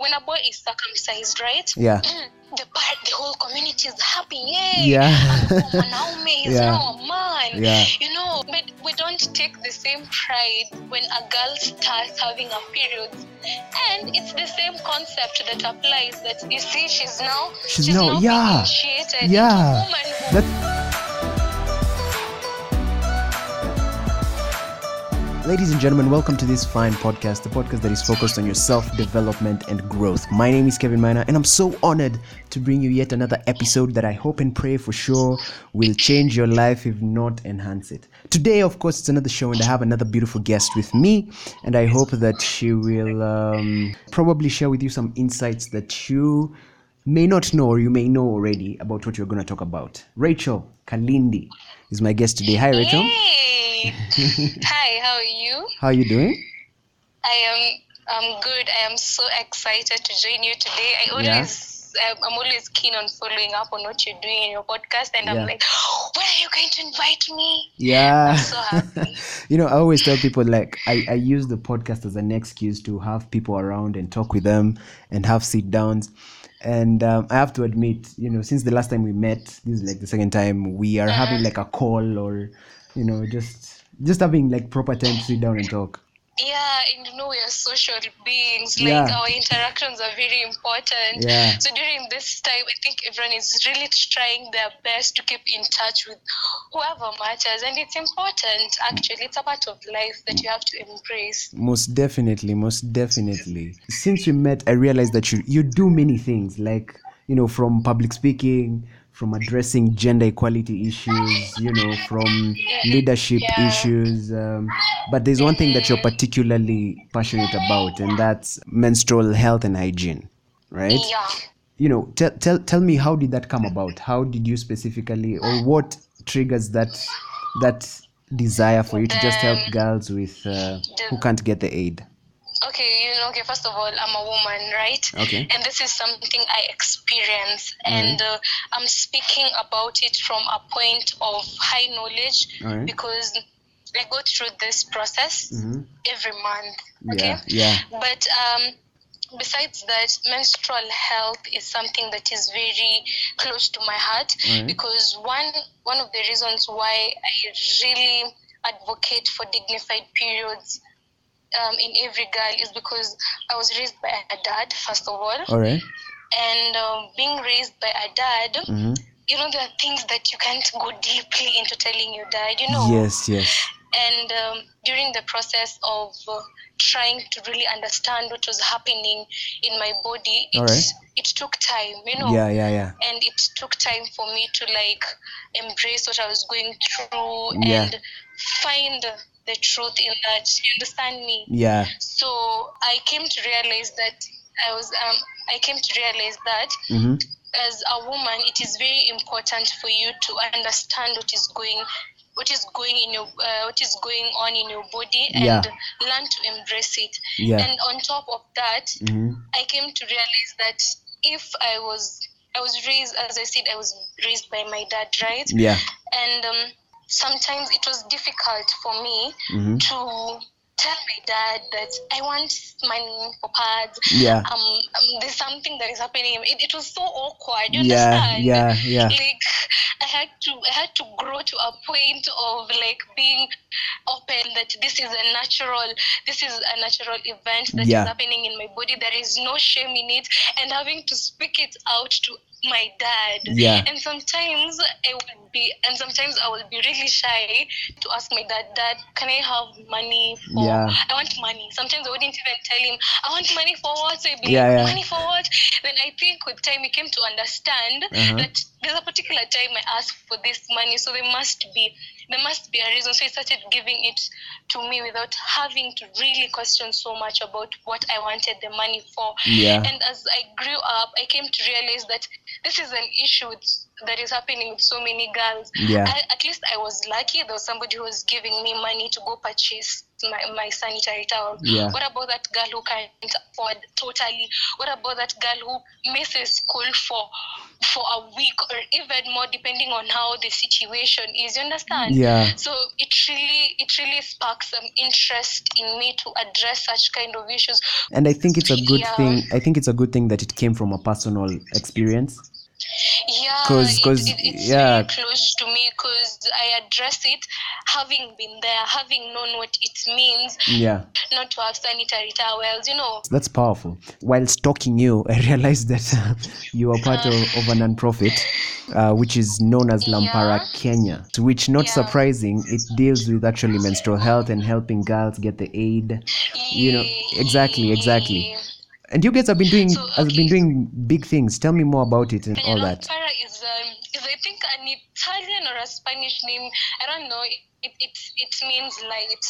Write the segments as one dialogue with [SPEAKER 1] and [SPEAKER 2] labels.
[SPEAKER 1] when a boy is circumcised, right?
[SPEAKER 2] Yeah.
[SPEAKER 1] The part, the whole community is happy. Yay!
[SPEAKER 2] Yeah.
[SPEAKER 1] And oh, Manaume is
[SPEAKER 2] Yeah.
[SPEAKER 1] now a man.
[SPEAKER 2] Yeah.
[SPEAKER 1] You know, but we don't take the same pride when a girl starts having a period. And it's the same concept that applies that you see she's now
[SPEAKER 2] She's now-
[SPEAKER 1] now
[SPEAKER 2] yeah.
[SPEAKER 1] being initiated into
[SPEAKER 2] Yeah.
[SPEAKER 1] womanhood.
[SPEAKER 2] That. Ladies and gentlemen, welcome to this fine podcast, the podcast that is focused on your self development and growth. My name is Kevin Miner, and I'm so honored to bring you yet another episode that I hope and pray for sure will change your life, if not enhance it. Today, of course, it's another show, and I have another beautiful guest with me, and I hope that she will um, probably share with you some insights that you may not know or you may know already about what you're going to talk about. Rachel Kalindi is my guest today. Hi, Rachel.
[SPEAKER 1] Yay! Hi, how are you?
[SPEAKER 2] How are you doing?
[SPEAKER 1] I am I'm good. I am so excited to join you today. I
[SPEAKER 2] Yeah.
[SPEAKER 1] always um, I'm- I'm always keen on following up on what you're doing in your podcast, and
[SPEAKER 2] Yeah.
[SPEAKER 1] I'm like, when are you going to invite me?
[SPEAKER 2] Yeah.
[SPEAKER 1] so happy.
[SPEAKER 2] you know, I always tell people like I, I use the podcast as an excuse to have people around and talk with them and have sit downs. And um, I have to admit, you know, since the last time we met, this is like the second time we are
[SPEAKER 1] Uh-huh.
[SPEAKER 2] having like a call or, you know, just just having like proper time to sit down and talk.
[SPEAKER 1] Yeah, and you know we are social beings. Like
[SPEAKER 2] Yeah.
[SPEAKER 1] our interactions are very important.
[SPEAKER 2] Yeah.
[SPEAKER 1] So during this time, I think everyone is really trying their best to keep in touch with whoever matters, and it's important. Actually, it's a part of life that you have to embrace.
[SPEAKER 2] Most definitely, most definitely. Since we met, I realized that you you do many things, like you know, from public speaking, from addressing gender equality issues, you know, from leadership
[SPEAKER 1] Yeah.
[SPEAKER 2] issues. Um, but there's one thing that you're particularly passionate about, and that's menstrual health and hygiene, right?
[SPEAKER 1] Yeah.
[SPEAKER 2] You know, tell tell tell me how did that come about? How did you specifically, or what triggers that that desire for you to just help
[SPEAKER 1] Um,
[SPEAKER 2] girls with uh, who can't get the aid?
[SPEAKER 1] okay, you know, okay, first of all, I'm a woman, right?
[SPEAKER 2] Okay.
[SPEAKER 1] And this is something I experience, and uh, I'm speaking about it from a point of high knowledge
[SPEAKER 2] Alright.
[SPEAKER 1] because I go through this process every month. Okay.
[SPEAKER 2] Mm-hmm. Yeah, yeah.
[SPEAKER 1] But um, besides that, menstrual health is something that is very close to my heart
[SPEAKER 2] Alright.
[SPEAKER 1] because one one of the reasons why I really advocate for dignified periods um, in every girl is because I was raised by a dad, first of all,
[SPEAKER 2] All right.
[SPEAKER 1] and um, being raised by a dad,
[SPEAKER 2] Mhm.
[SPEAKER 1] you know, there are things that you can't go deeply into telling your dad, you know.
[SPEAKER 2] Yes, yes.
[SPEAKER 1] And um, during the process of uh, trying to really understand what was happening in my body, it,
[SPEAKER 2] Alright.
[SPEAKER 1] it took time, you know
[SPEAKER 2] Yeah, yeah, yeah.
[SPEAKER 1] and it took time for me to like embrace what I was going through
[SPEAKER 2] Yeah.
[SPEAKER 1] and find the truth in that. You understand me?
[SPEAKER 2] Yeah.
[SPEAKER 1] So I came to realize that I was um I came to realize that
[SPEAKER 2] Mm-hmm.
[SPEAKER 1] as a woman it is very important for you to understand what is going what is going in your uh, what is going on in your body and
[SPEAKER 2] Yeah.
[SPEAKER 1] learn to embrace it
[SPEAKER 2] Yeah.
[SPEAKER 1] and on top of that
[SPEAKER 2] Mm-hmm.
[SPEAKER 1] I came to realize that if I was I was raised as I said I was raised by my dad, right?
[SPEAKER 2] Yeah.
[SPEAKER 1] And um, sometimes it was difficult for me
[SPEAKER 2] Mm-hmm.
[SPEAKER 1] to tell my dad that I want money for pads.
[SPEAKER 2] Yeah.
[SPEAKER 1] Um, um, there's something that is happening. It, it was so awkward. You
[SPEAKER 2] Yeah.
[SPEAKER 1] understand?
[SPEAKER 2] Yeah. Yeah.
[SPEAKER 1] Like I had to I had to grow to a point of like being open that this is a natural this is a natural event that is
[SPEAKER 2] Yeah.
[SPEAKER 1] happening in my body. There is no shame in it and having to speak it out to my dad.
[SPEAKER 2] Yeah.
[SPEAKER 1] And sometimes I would be and sometimes I will be really shy to ask my dad, Dad, can I have money for
[SPEAKER 2] Yeah.
[SPEAKER 1] I want money. Sometimes I wouldn't even tell him, I want money for what? So he'd be
[SPEAKER 2] Yeah,
[SPEAKER 1] like,
[SPEAKER 2] yeah.
[SPEAKER 1] money for what? Then I think with time he came to understand
[SPEAKER 2] Uh-huh.
[SPEAKER 1] that there's a particular time I asked for this money, so there must be there must be a reason. So he started giving it to me without having to really question so much about what I wanted the money for.
[SPEAKER 2] Yeah.
[SPEAKER 1] And as I grew up, I came to realize that this is an issue with- that is happening with so many girls.
[SPEAKER 2] Yeah.
[SPEAKER 1] I, at least I was lucky. There was somebody who was giving me money to go purchase my, my sanitary towel.
[SPEAKER 2] Yeah.
[SPEAKER 1] What about that girl who can't afford totally? What about that girl who misses school for for a week or even more, depending on how the situation is? You understand?
[SPEAKER 2] Yeah.
[SPEAKER 1] So it really it really sparks some interest in me to address such kind of issues.
[SPEAKER 2] And I think it's a good
[SPEAKER 1] Yeah.
[SPEAKER 2] thing. I think it's a good thing that it came from a personal experience.
[SPEAKER 1] Yeah,
[SPEAKER 2] 'Cause-
[SPEAKER 1] it-
[SPEAKER 2] 'cause,
[SPEAKER 1] it, it's
[SPEAKER 2] yeah.
[SPEAKER 1] very close to me because I address it having been there, having known what it means
[SPEAKER 2] Yeah.
[SPEAKER 1] not to have sanitary towels, you know.
[SPEAKER 2] That's powerful. Whilst talking you, I realized that uh, you are part of, of a nonprofit uh, which is known as Lampara
[SPEAKER 1] Yeah.
[SPEAKER 2] Kenya, to which, not
[SPEAKER 1] Yeah.
[SPEAKER 2] surprising, it deals with actually menstrual health and helping girls get the aid. You know, exactly, exactly.
[SPEAKER 1] Yeah.
[SPEAKER 2] And you guys have been doing
[SPEAKER 1] So,
[SPEAKER 2] have been
[SPEAKER 1] okay.
[SPEAKER 2] doing big things. Tell me more about it and all that.
[SPEAKER 1] Peñalompara is, um, is I think an Italian or a Spanish name. I don't know. It it it means light.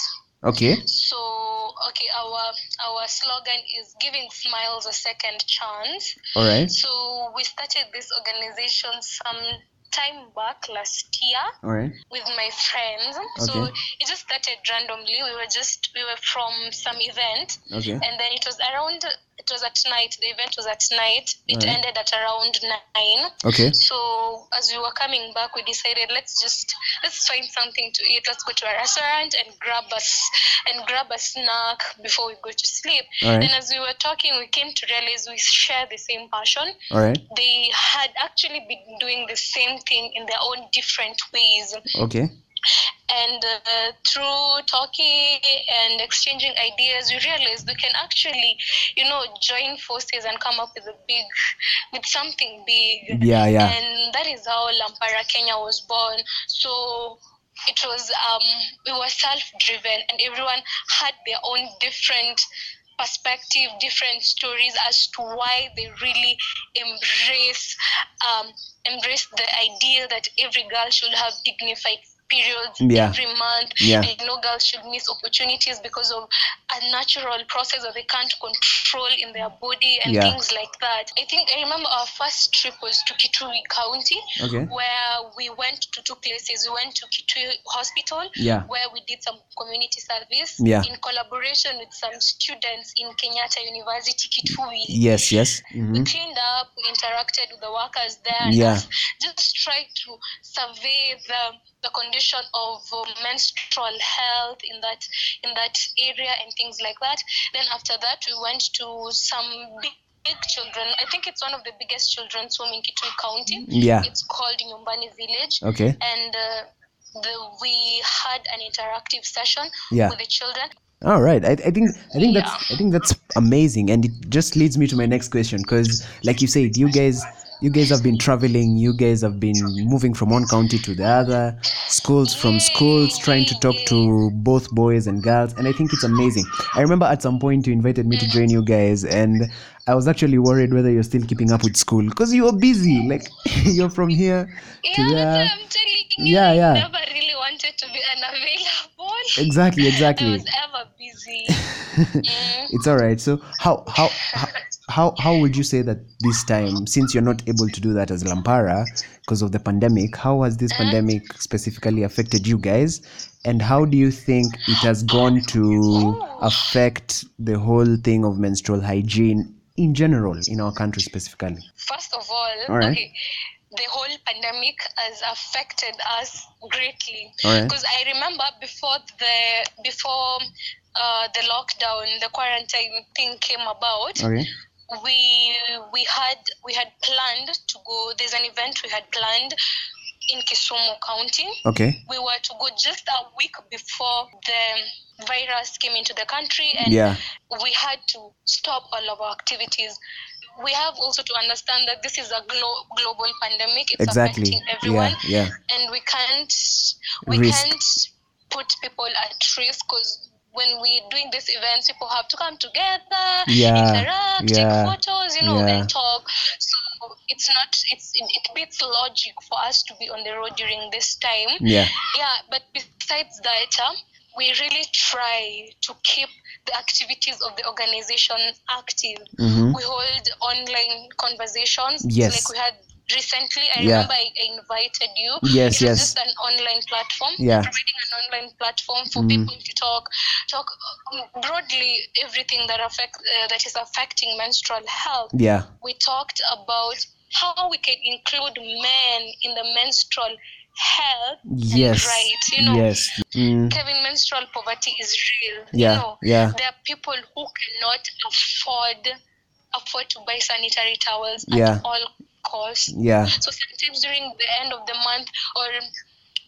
[SPEAKER 2] Okay.
[SPEAKER 1] So okay, our our slogan is giving smiles a second chance.
[SPEAKER 2] All right.
[SPEAKER 1] So we started this organization some time back last year
[SPEAKER 2] All right.
[SPEAKER 1] with my friends. So
[SPEAKER 2] Okay.
[SPEAKER 1] it just started randomly. We were just we were from some event
[SPEAKER 2] Okay.
[SPEAKER 1] and then it was around it was at night the event was at night it
[SPEAKER 2] Alright.
[SPEAKER 1] ended at around nine
[SPEAKER 2] Okay.
[SPEAKER 1] so as we were coming back we decided let's just let's find something to eat let's go to a restaurant and grab us and grab a snack before we go to sleep
[SPEAKER 2] Alright.
[SPEAKER 1] and as we were talking we came to realize we share the same passion
[SPEAKER 2] All right.
[SPEAKER 1] they had actually been doing the same thing in their own different ways
[SPEAKER 2] Okay.
[SPEAKER 1] and uh, through talking and exchanging ideas we realize we can actually you know join forces and come up with a big with something big
[SPEAKER 2] Yeah. Yeah.
[SPEAKER 1] and that is how lampara kenya was born so it was um we were self-driven and everyone had their own different perspective different stories as to why they really embrace um, embrace the idea that every girl should have dignified periods
[SPEAKER 2] Yeah.
[SPEAKER 1] every month
[SPEAKER 2] Yeah.
[SPEAKER 1] and no girls should miss opportunities because of a natural process that they can't control in their body and
[SPEAKER 2] Yeah.
[SPEAKER 1] things like that. I think I remember our first trip was to Kitui County
[SPEAKER 2] Okay.
[SPEAKER 1] where we went to two places. We went to Kitui Hospital
[SPEAKER 2] Yeah.
[SPEAKER 1] where we did some community service
[SPEAKER 2] Yeah.
[SPEAKER 1] in collaboration with some students in Kenyatta University Kitui.
[SPEAKER 2] Yes. Yes.
[SPEAKER 1] We
[SPEAKER 2] hmm
[SPEAKER 1] cleaned up, we interacted with the workers there, and
[SPEAKER 2] Yeah.
[SPEAKER 1] just, just tried to survey the, the condition of uh, menstrual health in that in that area and things like that. Then after that, we went to some big, big children. I think it's one of the biggest children's home in Kitui County.
[SPEAKER 2] Yeah.
[SPEAKER 1] It's called Nyumbani Village,
[SPEAKER 2] Okay.
[SPEAKER 1] and uh, the, we had an interactive session
[SPEAKER 2] Yeah.
[SPEAKER 1] with the children.
[SPEAKER 2] All right. I, I think I think that's I think that's amazing, and it just leads me to my next question because, like you said, you guys you guys have been traveling, you guys have been moving from one county to the other, schools from schools, trying to talk to both boys and girls, and I think it's amazing. I remember at some point you invited me to join you guys, and I was actually worried whether you're still keeping up with school because you were busy. Like you're from here to
[SPEAKER 1] Yeah, that's
[SPEAKER 2] there.
[SPEAKER 1] what I'm telling you.
[SPEAKER 2] Yeah, yeah.
[SPEAKER 1] I never really wanted to be unavailable.
[SPEAKER 2] Exactly.
[SPEAKER 1] I
[SPEAKER 2] Exactly.
[SPEAKER 1] was ever busy. Mm.
[SPEAKER 2] it's all right so how how how- how how would you say that this time since you're not able to do that as lampara because of the pandemic how has this pandemic specifically affected you guys and how do you think it has gone to affect the whole thing of menstrual hygiene in general in our country specifically
[SPEAKER 1] First of all,
[SPEAKER 2] All right.
[SPEAKER 1] okay, the whole pandemic has affected us greatly.
[SPEAKER 2] all right
[SPEAKER 1] Because I remember before the before uh, the lockdown, the quarantine thing came about.
[SPEAKER 2] okay
[SPEAKER 1] we we had we had planned to go there's an event we had planned in Kisumu County.
[SPEAKER 2] okay
[SPEAKER 1] We were to go just a week before the virus came into the country and
[SPEAKER 2] yeah
[SPEAKER 1] we had to stop all of our activities. We have also to understand that this is a glo- global pandemic. It's
[SPEAKER 2] exactly
[SPEAKER 1] affecting everyone
[SPEAKER 2] yeah yeah
[SPEAKER 1] and we can't we
[SPEAKER 2] Risk.
[SPEAKER 1] can't put people at risk because when we're doing these events people have to come together
[SPEAKER 2] Yeah,
[SPEAKER 1] interact
[SPEAKER 2] yeah,
[SPEAKER 1] take photos you know
[SPEAKER 2] yeah.
[SPEAKER 1] and talk so it's not it's it, it beats logic for us to be on the road during this time
[SPEAKER 2] yeah
[SPEAKER 1] yeah but besides that uh, we really try to keep the activities of the organization active
[SPEAKER 2] mm-hmm.
[SPEAKER 1] we hold online conversations
[SPEAKER 2] Yes.
[SPEAKER 1] like we had recently i
[SPEAKER 2] Yeah.
[SPEAKER 1] remember I, I invited you
[SPEAKER 2] Yes,
[SPEAKER 1] it was
[SPEAKER 2] yes.
[SPEAKER 1] just an online platform
[SPEAKER 2] Yeah.
[SPEAKER 1] providing an online platform for
[SPEAKER 2] Mm.
[SPEAKER 1] people to talk talk um, broadly everything that affect uh, that is affecting menstrual health
[SPEAKER 2] yeah
[SPEAKER 1] we talked about how we can include men in the menstrual health and
[SPEAKER 2] Yes.
[SPEAKER 1] right. You know,
[SPEAKER 2] Yes. Mm,
[SPEAKER 1] Kevin, menstrual poverty is real.
[SPEAKER 2] Yeah,
[SPEAKER 1] You know,
[SPEAKER 2] yeah.
[SPEAKER 1] There are people who cannot afford afford to buy sanitary towels
[SPEAKER 2] Yeah.
[SPEAKER 1] at all costs.
[SPEAKER 2] yeah.
[SPEAKER 1] So sometimes during the end of the month or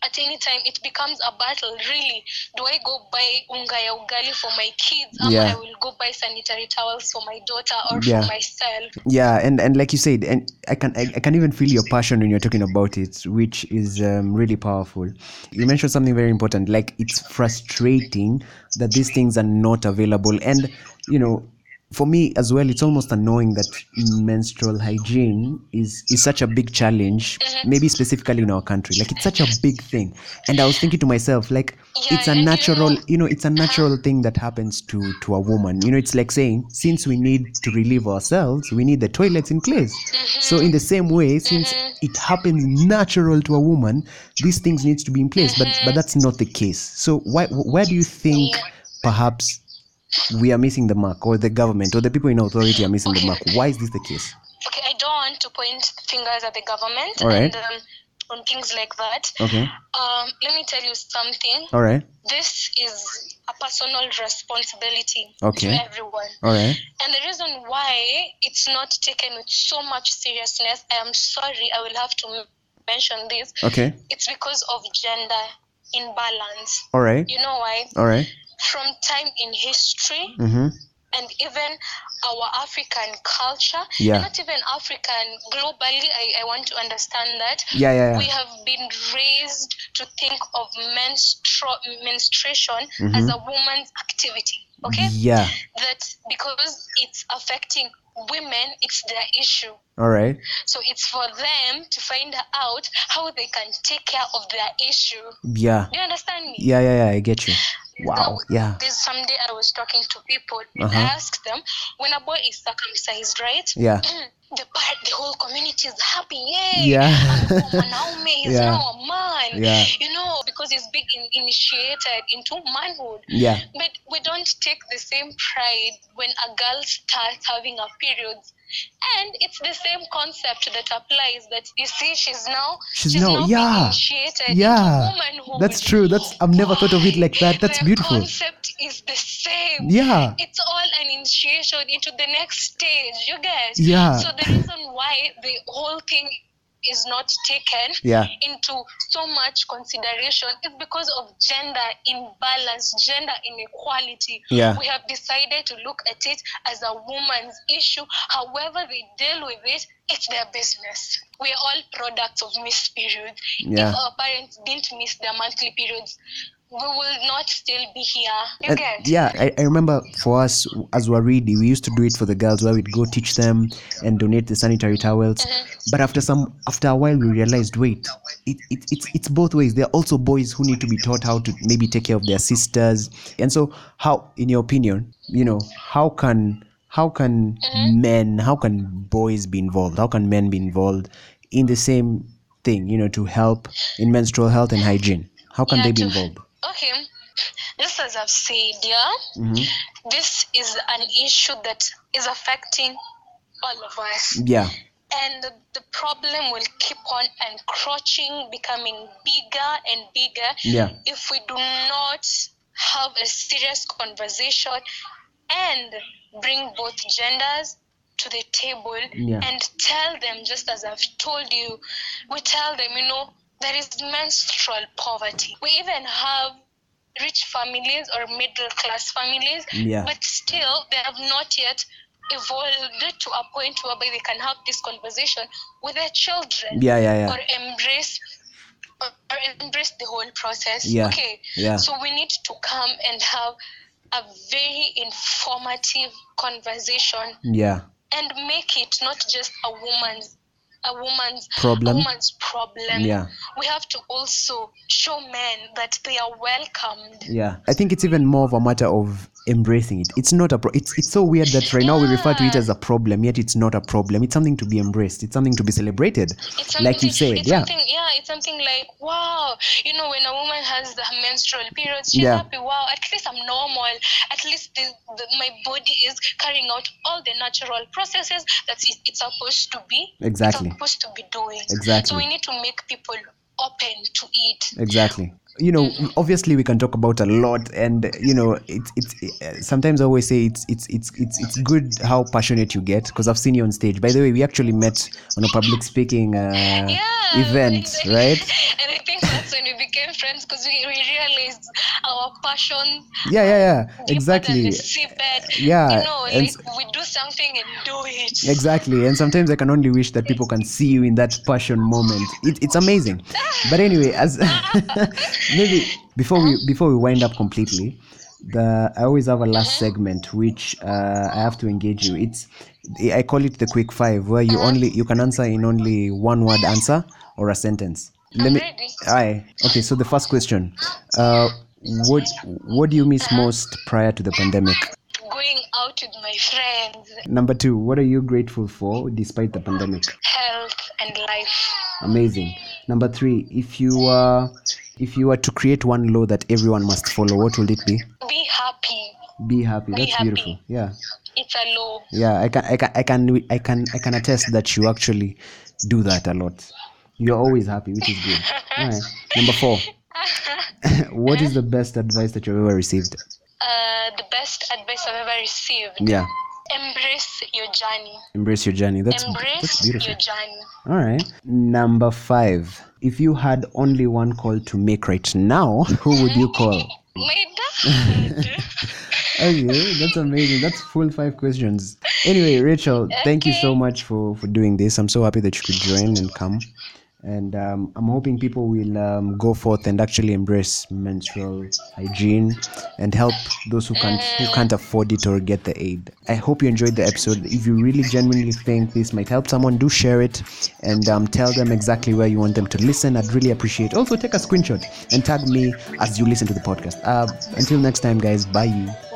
[SPEAKER 1] at any time, it becomes a battle. Really, do I go buy unga ya ugali for my kids, or
[SPEAKER 2] Yeah.
[SPEAKER 1] I will go buy sanitary towels for my daughter or
[SPEAKER 2] Yeah.
[SPEAKER 1] for myself?
[SPEAKER 2] yeah and and like you said and i can I, I can even feel your passion when you're talking about it which is um, really powerful you mentioned something very important like it's frustrating that these things are not available and you know for me as well it's almost annoying that menstrual hygiene is is such a big challenge maybe specifically in our country like it's such a big thing and i was thinking to myself like
[SPEAKER 1] Yeah,
[SPEAKER 2] it's a
[SPEAKER 1] and you
[SPEAKER 2] natural
[SPEAKER 1] know-
[SPEAKER 2] you know it's a natural thing that happens to to a woman you know it's like saying since we need to relieve ourselves we need the toilets in place so in the same way since it happens natural to a woman these things needs to be in place but but that's not the case so why where do you think
[SPEAKER 1] Yeah.
[SPEAKER 2] perhaps we are missing the mark or the government or the people in authority are missing the
[SPEAKER 1] Okay.
[SPEAKER 2] mark why is this the case
[SPEAKER 1] Okay, I don't want to point fingers at the government
[SPEAKER 2] All right.
[SPEAKER 1] and um, on things like that.
[SPEAKER 2] okay
[SPEAKER 1] Um, let me tell you something.
[SPEAKER 2] all right
[SPEAKER 1] this is a personal responsibility
[SPEAKER 2] Okay.
[SPEAKER 1] to everyone.
[SPEAKER 2] all right
[SPEAKER 1] And the reason why it's not taken with so much seriousness, I am sorry, I will have to m- mention this,
[SPEAKER 2] okay
[SPEAKER 1] it's because of gender imbalance.
[SPEAKER 2] all right
[SPEAKER 1] You know why?
[SPEAKER 2] all right
[SPEAKER 1] From time in history
[SPEAKER 2] mm-hmm
[SPEAKER 1] and even our African culture,
[SPEAKER 2] Yeah.
[SPEAKER 1] and not even African, globally, I, I want to understand that
[SPEAKER 2] yeah yeah,
[SPEAKER 1] we
[SPEAKER 2] yeah.
[SPEAKER 1] have been raised to think of menstru- menstruation
[SPEAKER 2] Mm-hmm.
[SPEAKER 1] as a woman's activity. Okay?
[SPEAKER 2] yeah
[SPEAKER 1] That because it's affecting women, it's their issue.
[SPEAKER 2] all right
[SPEAKER 1] So it's for them to find out how they can take care of their issue.
[SPEAKER 2] yeah
[SPEAKER 1] Do you understand me?
[SPEAKER 2] Yeah, yeah, yeah. I get you. Wow.
[SPEAKER 1] Now,
[SPEAKER 2] Yeah.
[SPEAKER 1] This someday I was talking to people and
[SPEAKER 2] Uh-huh.
[SPEAKER 1] I asked them when a boy is circumcised, right?
[SPEAKER 2] Yeah.
[SPEAKER 1] The part, the whole community is happy. Yay!
[SPEAKER 2] Yeah.
[SPEAKER 1] Oh, Mwanaume is
[SPEAKER 2] Yeah.
[SPEAKER 1] now a man.
[SPEAKER 2] Yeah.
[SPEAKER 1] You know, because he's being in- initiated into manhood.
[SPEAKER 2] Yeah.
[SPEAKER 1] But we don't take the same pride when a girl starts having her periods. And it's the same concept that applies that you see she's now
[SPEAKER 2] She's now-
[SPEAKER 1] being
[SPEAKER 2] yeah.
[SPEAKER 1] initiated
[SPEAKER 2] Yeah.
[SPEAKER 1] into womanhood.
[SPEAKER 2] That's true. That's I've never thought of it like that. That's
[SPEAKER 1] the
[SPEAKER 2] beautiful.
[SPEAKER 1] concept is the same.
[SPEAKER 2] Yeah.
[SPEAKER 1] It's all an initiation into the next stage, you guys.
[SPEAKER 2] Yeah.
[SPEAKER 1] So the reason why the whole thing is not taken
[SPEAKER 2] Yeah.
[SPEAKER 1] into so much consideration is because of gender imbalance, gender inequality.
[SPEAKER 2] Yeah.
[SPEAKER 1] We have decided to look at it as a woman's issue. However, they deal with it, it's their business. We're all products of missed periods.
[SPEAKER 2] Yeah.
[SPEAKER 1] If our parents didn't miss their monthly periods, we will not still be here. You
[SPEAKER 2] And-
[SPEAKER 1] get?
[SPEAKER 2] yeah, I, I remember for us as Waridi, we used to do it for the girls where we'd go teach them and donate the sanitary towels.
[SPEAKER 1] Mm-hmm.
[SPEAKER 2] But after some after a while we realized wait, it, it, it's it's both ways. There are also boys who need to be taught how to maybe take care of their sisters. And so how in your opinion, you know, how can how can
[SPEAKER 1] Mm-hmm.
[SPEAKER 2] men, how can boys be involved? How can men be involved in the same thing, you know, to help in menstrual health and hygiene? How can
[SPEAKER 1] Yeah,
[SPEAKER 2] they be
[SPEAKER 1] to-
[SPEAKER 2] involved?
[SPEAKER 1] Okay. Just as I've said, yeah,
[SPEAKER 2] Mm-hmm.
[SPEAKER 1] this is an issue that is affecting all of us.
[SPEAKER 2] Yeah.
[SPEAKER 1] and the, the problem will keep on encroaching, becoming bigger and bigger
[SPEAKER 2] Yeah.
[SPEAKER 1] if we do not have a serious conversation and bring both genders to the table
[SPEAKER 2] Yeah.
[SPEAKER 1] and tell them, just as I've told you, we tell them, you know, there is menstrual poverty. We even have rich families or middle class families,
[SPEAKER 2] Yeah.
[SPEAKER 1] but still they have not yet evolved to a point whereby they can have this conversation with their children
[SPEAKER 2] Yeah, yeah, yeah.
[SPEAKER 1] or embrace or embrace the whole process.
[SPEAKER 2] Yeah.
[SPEAKER 1] Okay.
[SPEAKER 2] Yeah.
[SPEAKER 1] So we need to come and have a very informative conversation
[SPEAKER 2] Yeah.
[SPEAKER 1] and make it not just a woman's a woman's
[SPEAKER 2] Problem.
[SPEAKER 1] a woman's problem.
[SPEAKER 2] Yeah.
[SPEAKER 1] We have to also show men that they are welcomed.
[SPEAKER 2] Yeah, I think it's even more of a matter of embracing it. It's not a pro- it's it's so weird that right now we refer to it as a problem, yet it's not a problem. It's something to be embraced. It's something to be celebrated.
[SPEAKER 1] It's something,
[SPEAKER 2] Like you said,
[SPEAKER 1] it's
[SPEAKER 2] yeah.
[SPEAKER 1] Something, yeah, it's something like, wow, you know, when a woman has the menstrual periods, she's
[SPEAKER 2] Yeah.
[SPEAKER 1] happy, wow, at least I'm normal. At least the, the, my body is carrying out all the natural processes that it- it's supposed to be.
[SPEAKER 2] Exactly.
[SPEAKER 1] It's supposed to be doing.
[SPEAKER 2] Exactly.
[SPEAKER 1] So we need to make people open to it.
[SPEAKER 2] Exactly. You know,
[SPEAKER 1] Mm-hmm.
[SPEAKER 2] obviously we can talk about a lot, and you know, it's it's uh, sometimes I always say it's it's it's it's it's good how passionate you get because I've seen you on stage. By the way, we actually met on a public speaking uh,
[SPEAKER 1] Yeah.
[SPEAKER 2] event,
[SPEAKER 1] exactly.
[SPEAKER 2] right?
[SPEAKER 1] And I think that's when we became friends because we, we realized our passion.
[SPEAKER 2] Yeah, yeah, yeah.
[SPEAKER 1] deeper Than
[SPEAKER 2] Exactly.
[SPEAKER 1] the seabed.
[SPEAKER 2] Yeah,
[SPEAKER 1] You know,
[SPEAKER 2] and
[SPEAKER 1] like we do something and do it.
[SPEAKER 2] Exactly. And sometimes I can only wish that people can see you in that passion moment. It, it's amazing. But anyway, as maybe before we before we wind up completely, the I always have a last segment which uh, I have to engage you. It's I call it the quick five, where you only you can answer in only one word answer or a sentence. Let
[SPEAKER 1] I'm
[SPEAKER 2] me.
[SPEAKER 1] ready.
[SPEAKER 2] Aye. Okay. So the first question. Uh, what what do you miss most prior to the pandemic?
[SPEAKER 1] Going out with my friends,
[SPEAKER 2] Number two, what are you grateful for despite the pandemic?
[SPEAKER 1] health and life.
[SPEAKER 2] Amazing. Number three, if you uh, if you were to create one law that everyone must follow, what would it be?
[SPEAKER 1] Be happy.
[SPEAKER 2] Be happy.
[SPEAKER 1] Be
[SPEAKER 2] That's
[SPEAKER 1] happy.
[SPEAKER 2] beautiful. Yeah,
[SPEAKER 1] It's a law.
[SPEAKER 2] yeah. I can, I can, I can, I can, I can attest that you actually do that a lot. You're always happy, which is good. All right. Number four, what is the best advice that you've ever received?
[SPEAKER 1] Uh, the best advice I've ever received.
[SPEAKER 2] Yeah,
[SPEAKER 1] Embrace your journey.
[SPEAKER 2] embrace your journey. That's that's
[SPEAKER 1] Embrace
[SPEAKER 2] beautiful.
[SPEAKER 1] your journey.
[SPEAKER 2] All right. Number five, if you had only one call to make right now, who would you call?
[SPEAKER 1] My
[SPEAKER 2] Mm.
[SPEAKER 1] dad.
[SPEAKER 2] okay that's amazing that's full five questions anyway rachel thank you so
[SPEAKER 1] Okay.
[SPEAKER 2] much for for doing this i'm so happy that you could join and come and um, i'm hoping people will um, go forth and actually embrace menstrual hygiene and help those who can't who can't afford it or get the aid i hope you enjoyed the episode if you really genuinely think this might help someone do share it and um, tell them exactly where you want them to listen i'd really appreciate also take a screenshot and tag me as you listen to the podcast uh, until next time guys bye